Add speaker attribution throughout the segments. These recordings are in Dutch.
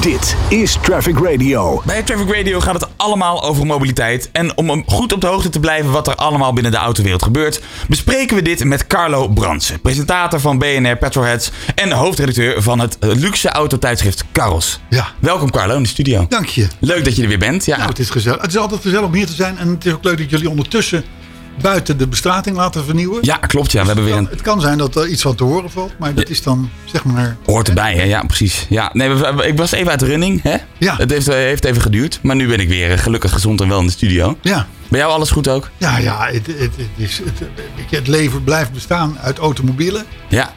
Speaker 1: Dit is Traffic Radio.
Speaker 2: Bij Traffic Radio gaat het allemaal over mobiliteit. En om goed op de hoogte te blijven wat er allemaal binnen de autowereld gebeurt, bespreken we dit met Carlo Brandsen, presentator van BNR Petrolheads en hoofdredacteur van het eh, luxe autotijdschrift Carros.
Speaker 3: Ja.
Speaker 2: Welkom Carlo in de studio.
Speaker 3: Dank je.
Speaker 2: Leuk dat je er weer bent. Ja.
Speaker 3: Nou, het is gezellig. Het is altijd gezellig om hier te zijn. En het is ook leuk dat jullie ondertussen buiten de bestrating laten vernieuwen.
Speaker 2: ja, klopt. Ja, we hebben
Speaker 3: Het
Speaker 2: weer
Speaker 3: kan,
Speaker 2: een
Speaker 3: het kan zijn dat er iets van te horen valt, maar dat is dan zeg maar.
Speaker 2: Hoort erbij, hè? Ja, precies. Ja, nee, we- we- ik was even uit de running, hè?
Speaker 3: Ja.
Speaker 2: Het heeft, eh, heeft even geduurd, maar nu ben ik weer eh, gelukkig gezond en wel in de studio.
Speaker 3: Ja,
Speaker 2: Bij jou alles goed ook?
Speaker 3: ja, ja het, het, het, is, het, weet je, het leven blijft bestaan uit automobielen.
Speaker 2: Ja.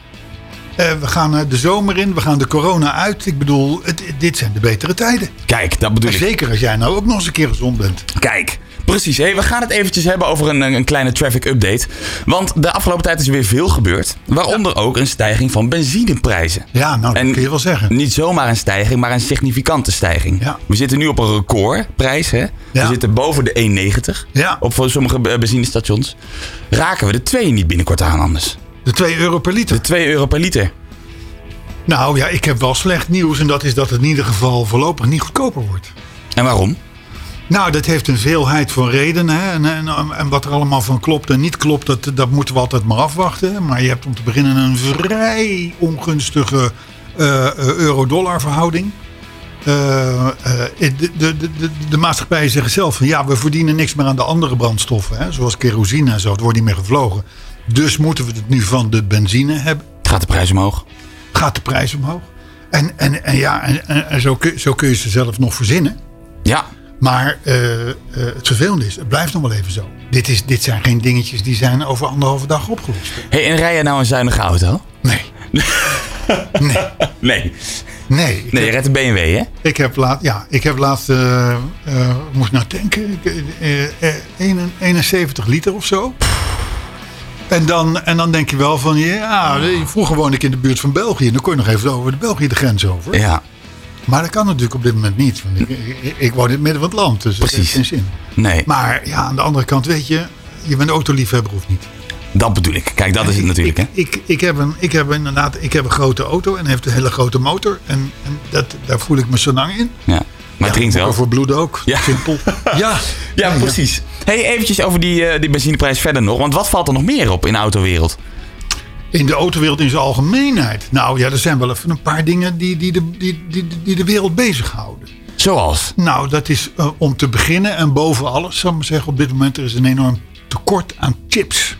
Speaker 3: Eh, we gaan eh, de zomer in, we gaan de corona uit. Ik bedoel, het, het- dit zijn de betere tijden.
Speaker 2: Kijk, dat bedoel ik.
Speaker 3: Zeker als jij nou ook nog eens een keer gezond bent.
Speaker 2: Kijk, precies. Hey, we gaan het eventjes hebben over een, een kleine traffic update. Want de afgelopen tijd is er weer veel gebeurd. Waaronder ook een stijging van benzineprijzen.
Speaker 3: Ja, nou, dat
Speaker 2: En-
Speaker 3: kun je wel zeggen.
Speaker 2: Niet zomaar een stijging, maar een significante stijging.
Speaker 3: Ja.
Speaker 2: We zitten nu op een recordprijs. Hè? We
Speaker 3: Ja.
Speaker 2: zitten boven de 1,90.
Speaker 3: Ja.
Speaker 2: Op voor sommige eh, benzinestations. Raken we de 2 niet binnenkort aan anders?
Speaker 3: De 2 euro per liter.
Speaker 2: 2 euro per liter.
Speaker 3: Nou ja, ik heb wel slecht nieuws. En dat is dat het in ieder geval voorlopig niet goedkoper wordt.
Speaker 2: En waarom?
Speaker 3: Nou, dat heeft een veelheid van redenen. Hè? En, en, en wat er allemaal van klopt en niet klopt, dat, dat moeten we altijd maar afwachten. Maar je hebt om te beginnen een vrij ongunstige eh, eh, euro-dollar verhouding. Eh, eh, de, de, de, de- de maatschappijen zeggen zelf van ja, we verdienen niks meer aan de andere brandstoffen. Hè? Zoals kerosine en zo, het wordt niet meer gevlogen. Dus moeten we het nu van de benzine hebben
Speaker 2: Gaat de prijs omhoog?
Speaker 3: gaat de prijs omhoog. En, en, en ja, en, en- en zo, kun, zo kun je ze zelf nog verzinnen.
Speaker 2: Ja.
Speaker 3: Maar eh, eh, het vervelende is, het blijft nog wel even zo. Dit, is, dit zijn geen dingetjes die zijn over anderhalve dag opgelost.
Speaker 2: Hey, en rij jij nou een zuinige auto?
Speaker 3: Nee,
Speaker 2: Nee.
Speaker 3: nee. Ik,
Speaker 2: Nee, je redt een BMW, hè?
Speaker 3: ik heb laat, ja, ik heb laatst, eh, eh, hoe moest ik nou denken, Ik, eh, eh, 1 71 liter of zo. En dan, en dan denk je wel van, ja, eh, vroeger woonde ik in de buurt van België. En dan kon je nog even over de België de grens over.
Speaker 2: Ja.
Speaker 3: Maar dat kan natuurlijk op dit moment niet. Want ik, ik, ik woon in het midden van het land, dus dat
Speaker 2: Precies.
Speaker 3: heeft geen zin.
Speaker 2: Nee,
Speaker 3: Maar ja, aan de andere kant weet je, je bent autoliefhebber of niet.
Speaker 2: dat bedoel ik. Kijk, dat is het natuurlijk, hè?
Speaker 3: Ik, ik, heb een, ik heb inderdaad ik heb een grote auto en heeft een hele grote motor. En, en dat, daar voel ik me zo lang in.
Speaker 2: Ja. Maar het drinkt wel.
Speaker 3: Voor bloed ook,
Speaker 2: Ja.
Speaker 3: simpel. Ja,
Speaker 2: Ja, precies. Hey, eventjes over die, eh, die benzineprijs verder nog. Want wat valt er nog meer op in de autowereld?
Speaker 3: In de autowereld in zijn algemeenheid. Nou ja, er zijn wel even een paar dingen die, die, de, die, die, die de wereld bezighouden.
Speaker 2: Zoals?
Speaker 3: Nou, dat is eh, om te beginnen en boven alles, zou ik maar zeggen, op dit moment er is een enorm tekort aan chips.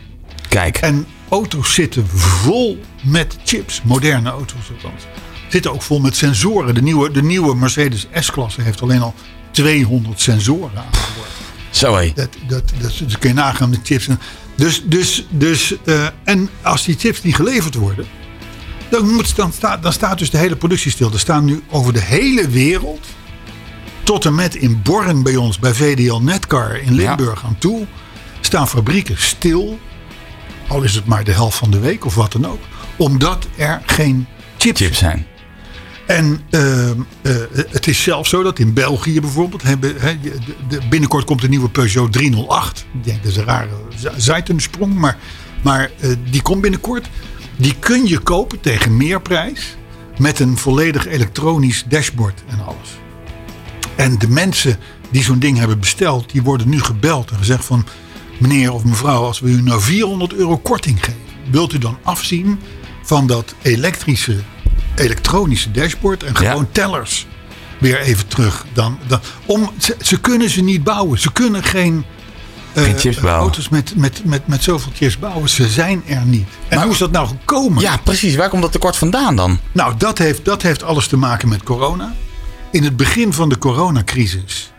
Speaker 2: Kijk,
Speaker 3: En auto's zitten vol met chips. Moderne auto's althans. Zitten ook vol met sensoren. De nieuwe, de nieuwe Mercedes S-klasse heeft alleen al 200 sensoren aan boord.
Speaker 2: zo hé.
Speaker 3: Dat, dat, dat, dat kun je nagaan met chips. En- Dus, dus, dus, eh, en als die chips niet geleverd worden, dan, moet, dan, staat, dan staat dus de hele productie stil. Er staan nu over de hele wereld, tot en met in Born bij ons, bij VDL Netcar in Limburg aan toe, staan fabrieken stil. Al is het maar de helft van de week of wat dan ook. Omdat er geen chips zijn.
Speaker 2: Chips zijn.
Speaker 3: En ehm, eh, het is zelfs zo dat in België bijvoorbeeld... Hebben, hè, de- de- binnenkort komt de nieuwe Peugeot 308. Ik denk dat is een rare ze- zijtensprong, maar, maar eh, die komt binnenkort. Die kun je kopen tegen meerprijs... met een volledig elektronisch dashboard en alles. En de mensen die zo'n ding hebben besteld... die worden nu gebeld en gezegd van... meneer of mevrouw, als we u nou 400 euro korting geven... wilt u dan afzien van dat elektrische, elektronische dashboard... en gewoon tellers weer even terug. Dan, dan, om, ze, ze kunnen ze niet bouwen. Ze kunnen geen, eh,
Speaker 2: Geen chips bouwen.
Speaker 3: auto's met, met, met, met zoveel chips bouwen. Ze zijn er niet. En hoe is dat nou gekomen?
Speaker 2: Ja, precies. Waar komt dat tekort vandaan dan?
Speaker 3: Nou, dat heeft, dat heeft alles te maken met corona. In het begin van de coronacrisis,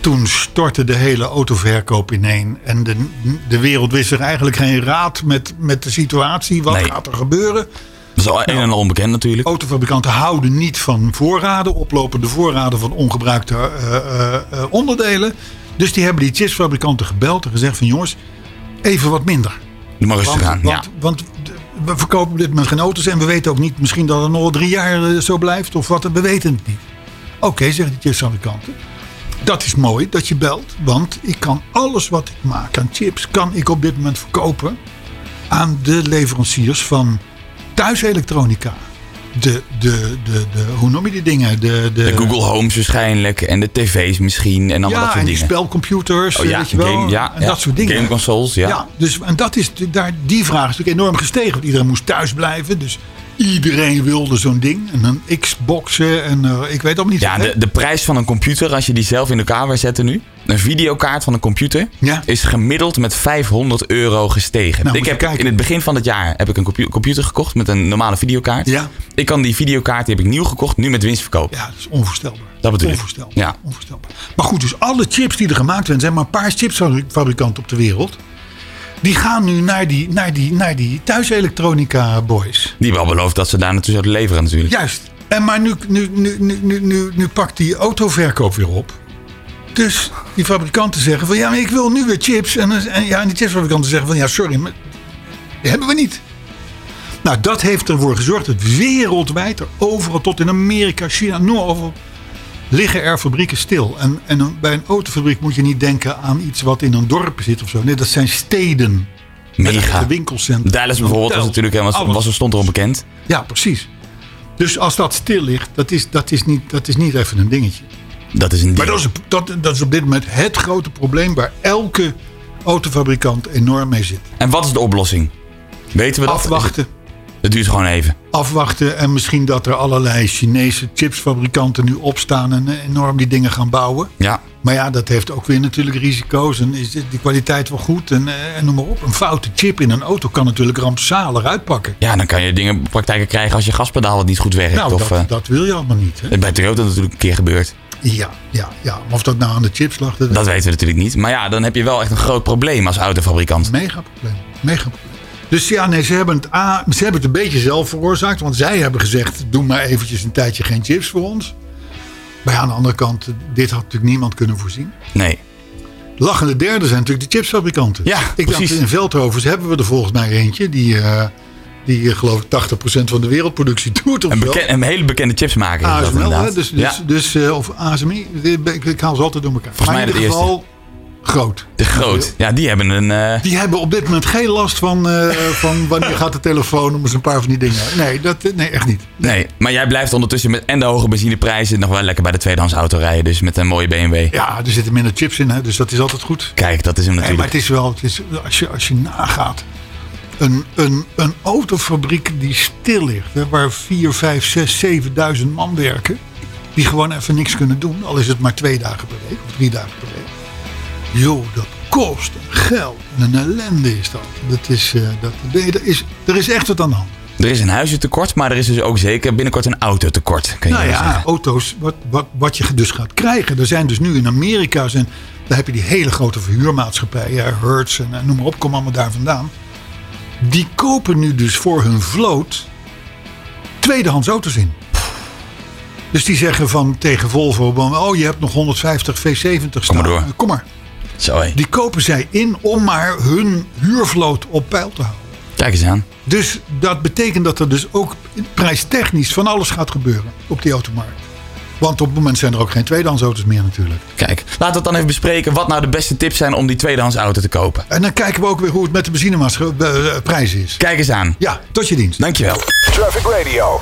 Speaker 3: toen stortte de hele autoverkoop ineen. En de, de wereld wist er eigenlijk geen raad met, met de situatie. Wat
Speaker 2: Nee.
Speaker 3: gaat er gebeuren?
Speaker 2: Dat is al
Speaker 3: Nou.
Speaker 2: een en al onbekend
Speaker 3: Oh,
Speaker 2: natuurlijk.
Speaker 3: Autofabrikanten houden niet van voorraden, oplopende voorraden van ongebruikte eh, eh, eh, onderdelen. Dus die hebben die chipsfabrikanten gebeld en gezegd van jongens, even wat minder.
Speaker 2: Doe maar rustig aan.
Speaker 3: Want,
Speaker 2: Ja.
Speaker 3: want, want we verkopen op dit moment geen auto's en we weten ook niet misschien dat het nog wel drie jaar eh, zo blijft of wat. We weten het niet. Oké, zeggen de chipsfabrikanten. Dat is mooi dat je belt, want ik kan alles wat ik maak aan chips, kan ik op dit moment verkopen aan de leveranciers van thuiselektronica, de, de, de, de, hoe noem je die dingen? De, de,
Speaker 2: De Google Homes waarschijnlijk. En de tv's misschien. En allemaal
Speaker 3: eh,
Speaker 2: dat soort
Speaker 3: ja, en die
Speaker 2: dingen. Oh
Speaker 3: spelcomputers,
Speaker 2: ja,
Speaker 3: weet je wel,
Speaker 2: game- ja,
Speaker 3: en
Speaker 2: ja.
Speaker 3: dat soort dingen.
Speaker 2: Gameconsoles, ja.
Speaker 3: dus, en dat is, de- daar, die vraag is natuurlijk enorm gestegen. Want iedereen moest thuis blijven, dus iedereen wilde zo'n ding. En dan Xboxen en eh, ik weet ook niet
Speaker 2: Ja,
Speaker 3: wat, hè?
Speaker 2: de, de prijs van een computer, als je die zelf in elkaar wil zetten nu. Een videokaart van een computer
Speaker 3: Ja.
Speaker 2: is gemiddeld met 500 euro gestegen.
Speaker 3: Nou,
Speaker 2: ik
Speaker 3: moet je
Speaker 2: heb
Speaker 3: kijken.
Speaker 2: in het begin van het jaar heb ik een compu- computer gekocht met een normale videokaart.
Speaker 3: Ja.
Speaker 2: Ik kan die videokaart, die heb ik nieuw gekocht, nu met winst verkopen.
Speaker 3: Ja, dat is onvoorstelbaar.
Speaker 2: Dat bedoel ik.
Speaker 3: onvoorstelbaar.
Speaker 2: Ja.
Speaker 3: onvoorstelbaar. Maar goed, dus alle chips die er gemaakt werden, zijn maar een paar chipsfabrikanten op de wereld. Die gaan nu naar die, naar die, naar die thuiselektronica boys.
Speaker 2: Die wel beloofd dat ze daar naartoe zouden leveren natuurlijk.
Speaker 3: Juist. En maar nu, nu, nu, nu, nu, nu, nu pakt die autoverkoop weer op. Dus die fabrikanten zeggen van ja, maar ik wil nu weer chips. En, dan- en, ja, en die chipsfabrikanten zeggen van ja, sorry, maar die hebben we niet. Nou, dat heeft ervoor gezorgd dat wereldwijd, er overal tot in Amerika, China, noem maar overal, liggen er fabrieken stil. En, en een- bij een autofabriek moet je niet denken aan iets wat in een dorp zit of zo. Nee, dat zijn steden.
Speaker 2: Mega.
Speaker 3: De winkelcentra.
Speaker 2: Dallas bijvoorbeeld was
Speaker 3: hotels,
Speaker 2: natuurlijk helemaal,
Speaker 3: Nou, alles.
Speaker 2: was, stond er onbekend.
Speaker 3: Ja, precies. Dus als dat stil ligt, dat is, dat is, niet, dat is niet even een dingetje.
Speaker 2: Dat is een ding.
Speaker 3: Maar dat is, dat, dat is op dit moment het grote probleem waar elke autofabrikant enorm mee zit.
Speaker 2: En wat is de oplossing? Weten we dat?
Speaker 3: Afwachten.
Speaker 2: Het duurt gewoon even.
Speaker 3: Afwachten en misschien dat er allerlei Chinese chipsfabrikanten nu opstaan en eh, enorm die dingen gaan bouwen.
Speaker 2: Ja.
Speaker 3: Maar ja, dat heeft ook weer natuurlijk risico's. En is de kwaliteit wel goed? En, eh, en noem maar op. Een foute chip in een auto kan natuurlijk rampzalig uitpakken.
Speaker 2: ja, dan kan je dingen praktijken krijgen als je gaspedaal wat niet goed werkt.
Speaker 3: Nou,
Speaker 2: of,
Speaker 3: dat,
Speaker 2: eh,
Speaker 3: dat wil je allemaal niet. Hè?
Speaker 2: Bij Toyota natuurlijk een keer gebeurd.
Speaker 3: Ja, ja, ja. Maar Of dat nou aan de chips lag, dat,
Speaker 2: Dat weten we natuurlijk niet. Maar ja, dan heb je wel echt een groot probleem als autofabrikant.
Speaker 3: Mega probleem. Mega probleem. Dus ja, nee, ze hebben, het, A, ze hebben het een beetje zelf veroorzaakt. Want zij hebben gezegd, doe maar eventjes een tijdje geen chips voor ons. Maar ja, aan de andere kant, eh, dit had natuurlijk niemand kunnen voorzien.
Speaker 2: Nee.
Speaker 3: Lachende derde zijn natuurlijk de chipsfabrikanten.
Speaker 2: Ja,
Speaker 3: Ik
Speaker 2: precies.
Speaker 3: dacht, in Veldhovens hebben we er volgens mij eentje. Die, eh, die eh, geloof ik 80% van de wereldproductie doet. Of
Speaker 2: Een,
Speaker 3: zo.
Speaker 2: beken- een hele bekende chipsmaker is dat
Speaker 3: ASML, hè?
Speaker 2: inderdaad.
Speaker 3: Dus, dus,
Speaker 2: ja,
Speaker 3: dus, eh, of ASMI. Ik, ik haal ze altijd door elkaar.
Speaker 2: Volgens mij
Speaker 3: maar in
Speaker 2: de
Speaker 3: ieder
Speaker 2: eerste.
Speaker 3: geval groot.
Speaker 2: de groot. Ja, die hebben een... eh,
Speaker 3: Die hebben op dit moment geen last van, eh, van wanneer gaat de telefoon om eens een paar van die dingen. Nee, dat, eh, nee echt niet.
Speaker 2: nee, maar jij blijft ondertussen met en de hoge benzineprijzen... nog wel lekker bij de tweedehands auto rijden. Dus met een mooie BMW.
Speaker 3: Ja, er zitten minder chips in, hè, dus dat is altijd goed.
Speaker 2: Kijk, dat is hem
Speaker 3: Nee, maar
Speaker 2: natuurlijk.
Speaker 3: het is wel, het is, als, je, als je nagaat, een, een, een autofabriek die stil ligt, hè, waar 4, 5, 6, 7000 man werken, die gewoon even niks kunnen doen, al is het maar twee dagen per week of drie dagen per week. Joh, dat kost geld. En een ellende is dat. dat, is, eh, dat nee, er, is, er is echt wat aan de hand.
Speaker 2: Er is een huizentekort, maar er is dus ook zeker binnenkort een autotekort. Kun je
Speaker 3: Nou
Speaker 2: wel
Speaker 3: ja,
Speaker 2: zeggen.
Speaker 3: auto's, wat, wat, wat je dus gaat krijgen. Er zijn dus nu in Amerika, zijn, daar heb je die hele grote verhuurmaatschappijen, hè, Hertz en eh, noem maar op, kom allemaal daar vandaan. Die kopen nu dus voor hun vloot tweedehands auto's in. Dus die zeggen van tegen Volvo, van, oh je hebt nog 150 V70 staan.
Speaker 2: maar door.
Speaker 3: Eh, Kom maar.
Speaker 2: Zo, hé.
Speaker 3: Die kopen zij in om maar hun huurvloot op peil te houden.
Speaker 2: Kijk eens aan.
Speaker 3: Dus dat betekent dat er dus ook prijstechnisch van alles gaat gebeuren op die automarkt. Want op het moment zijn er ook geen tweedehands auto's meer natuurlijk.
Speaker 2: Kijk, laten we het dan even bespreken wat nou de beste tips zijn om die tweedehands auto te kopen.
Speaker 3: En dan kijken we ook weer hoe het met de benzineprijs eh, is.
Speaker 2: Kijk eens aan.
Speaker 3: Ja, tot je dienst.
Speaker 2: Dankjewel.
Speaker 1: Traffic Radio.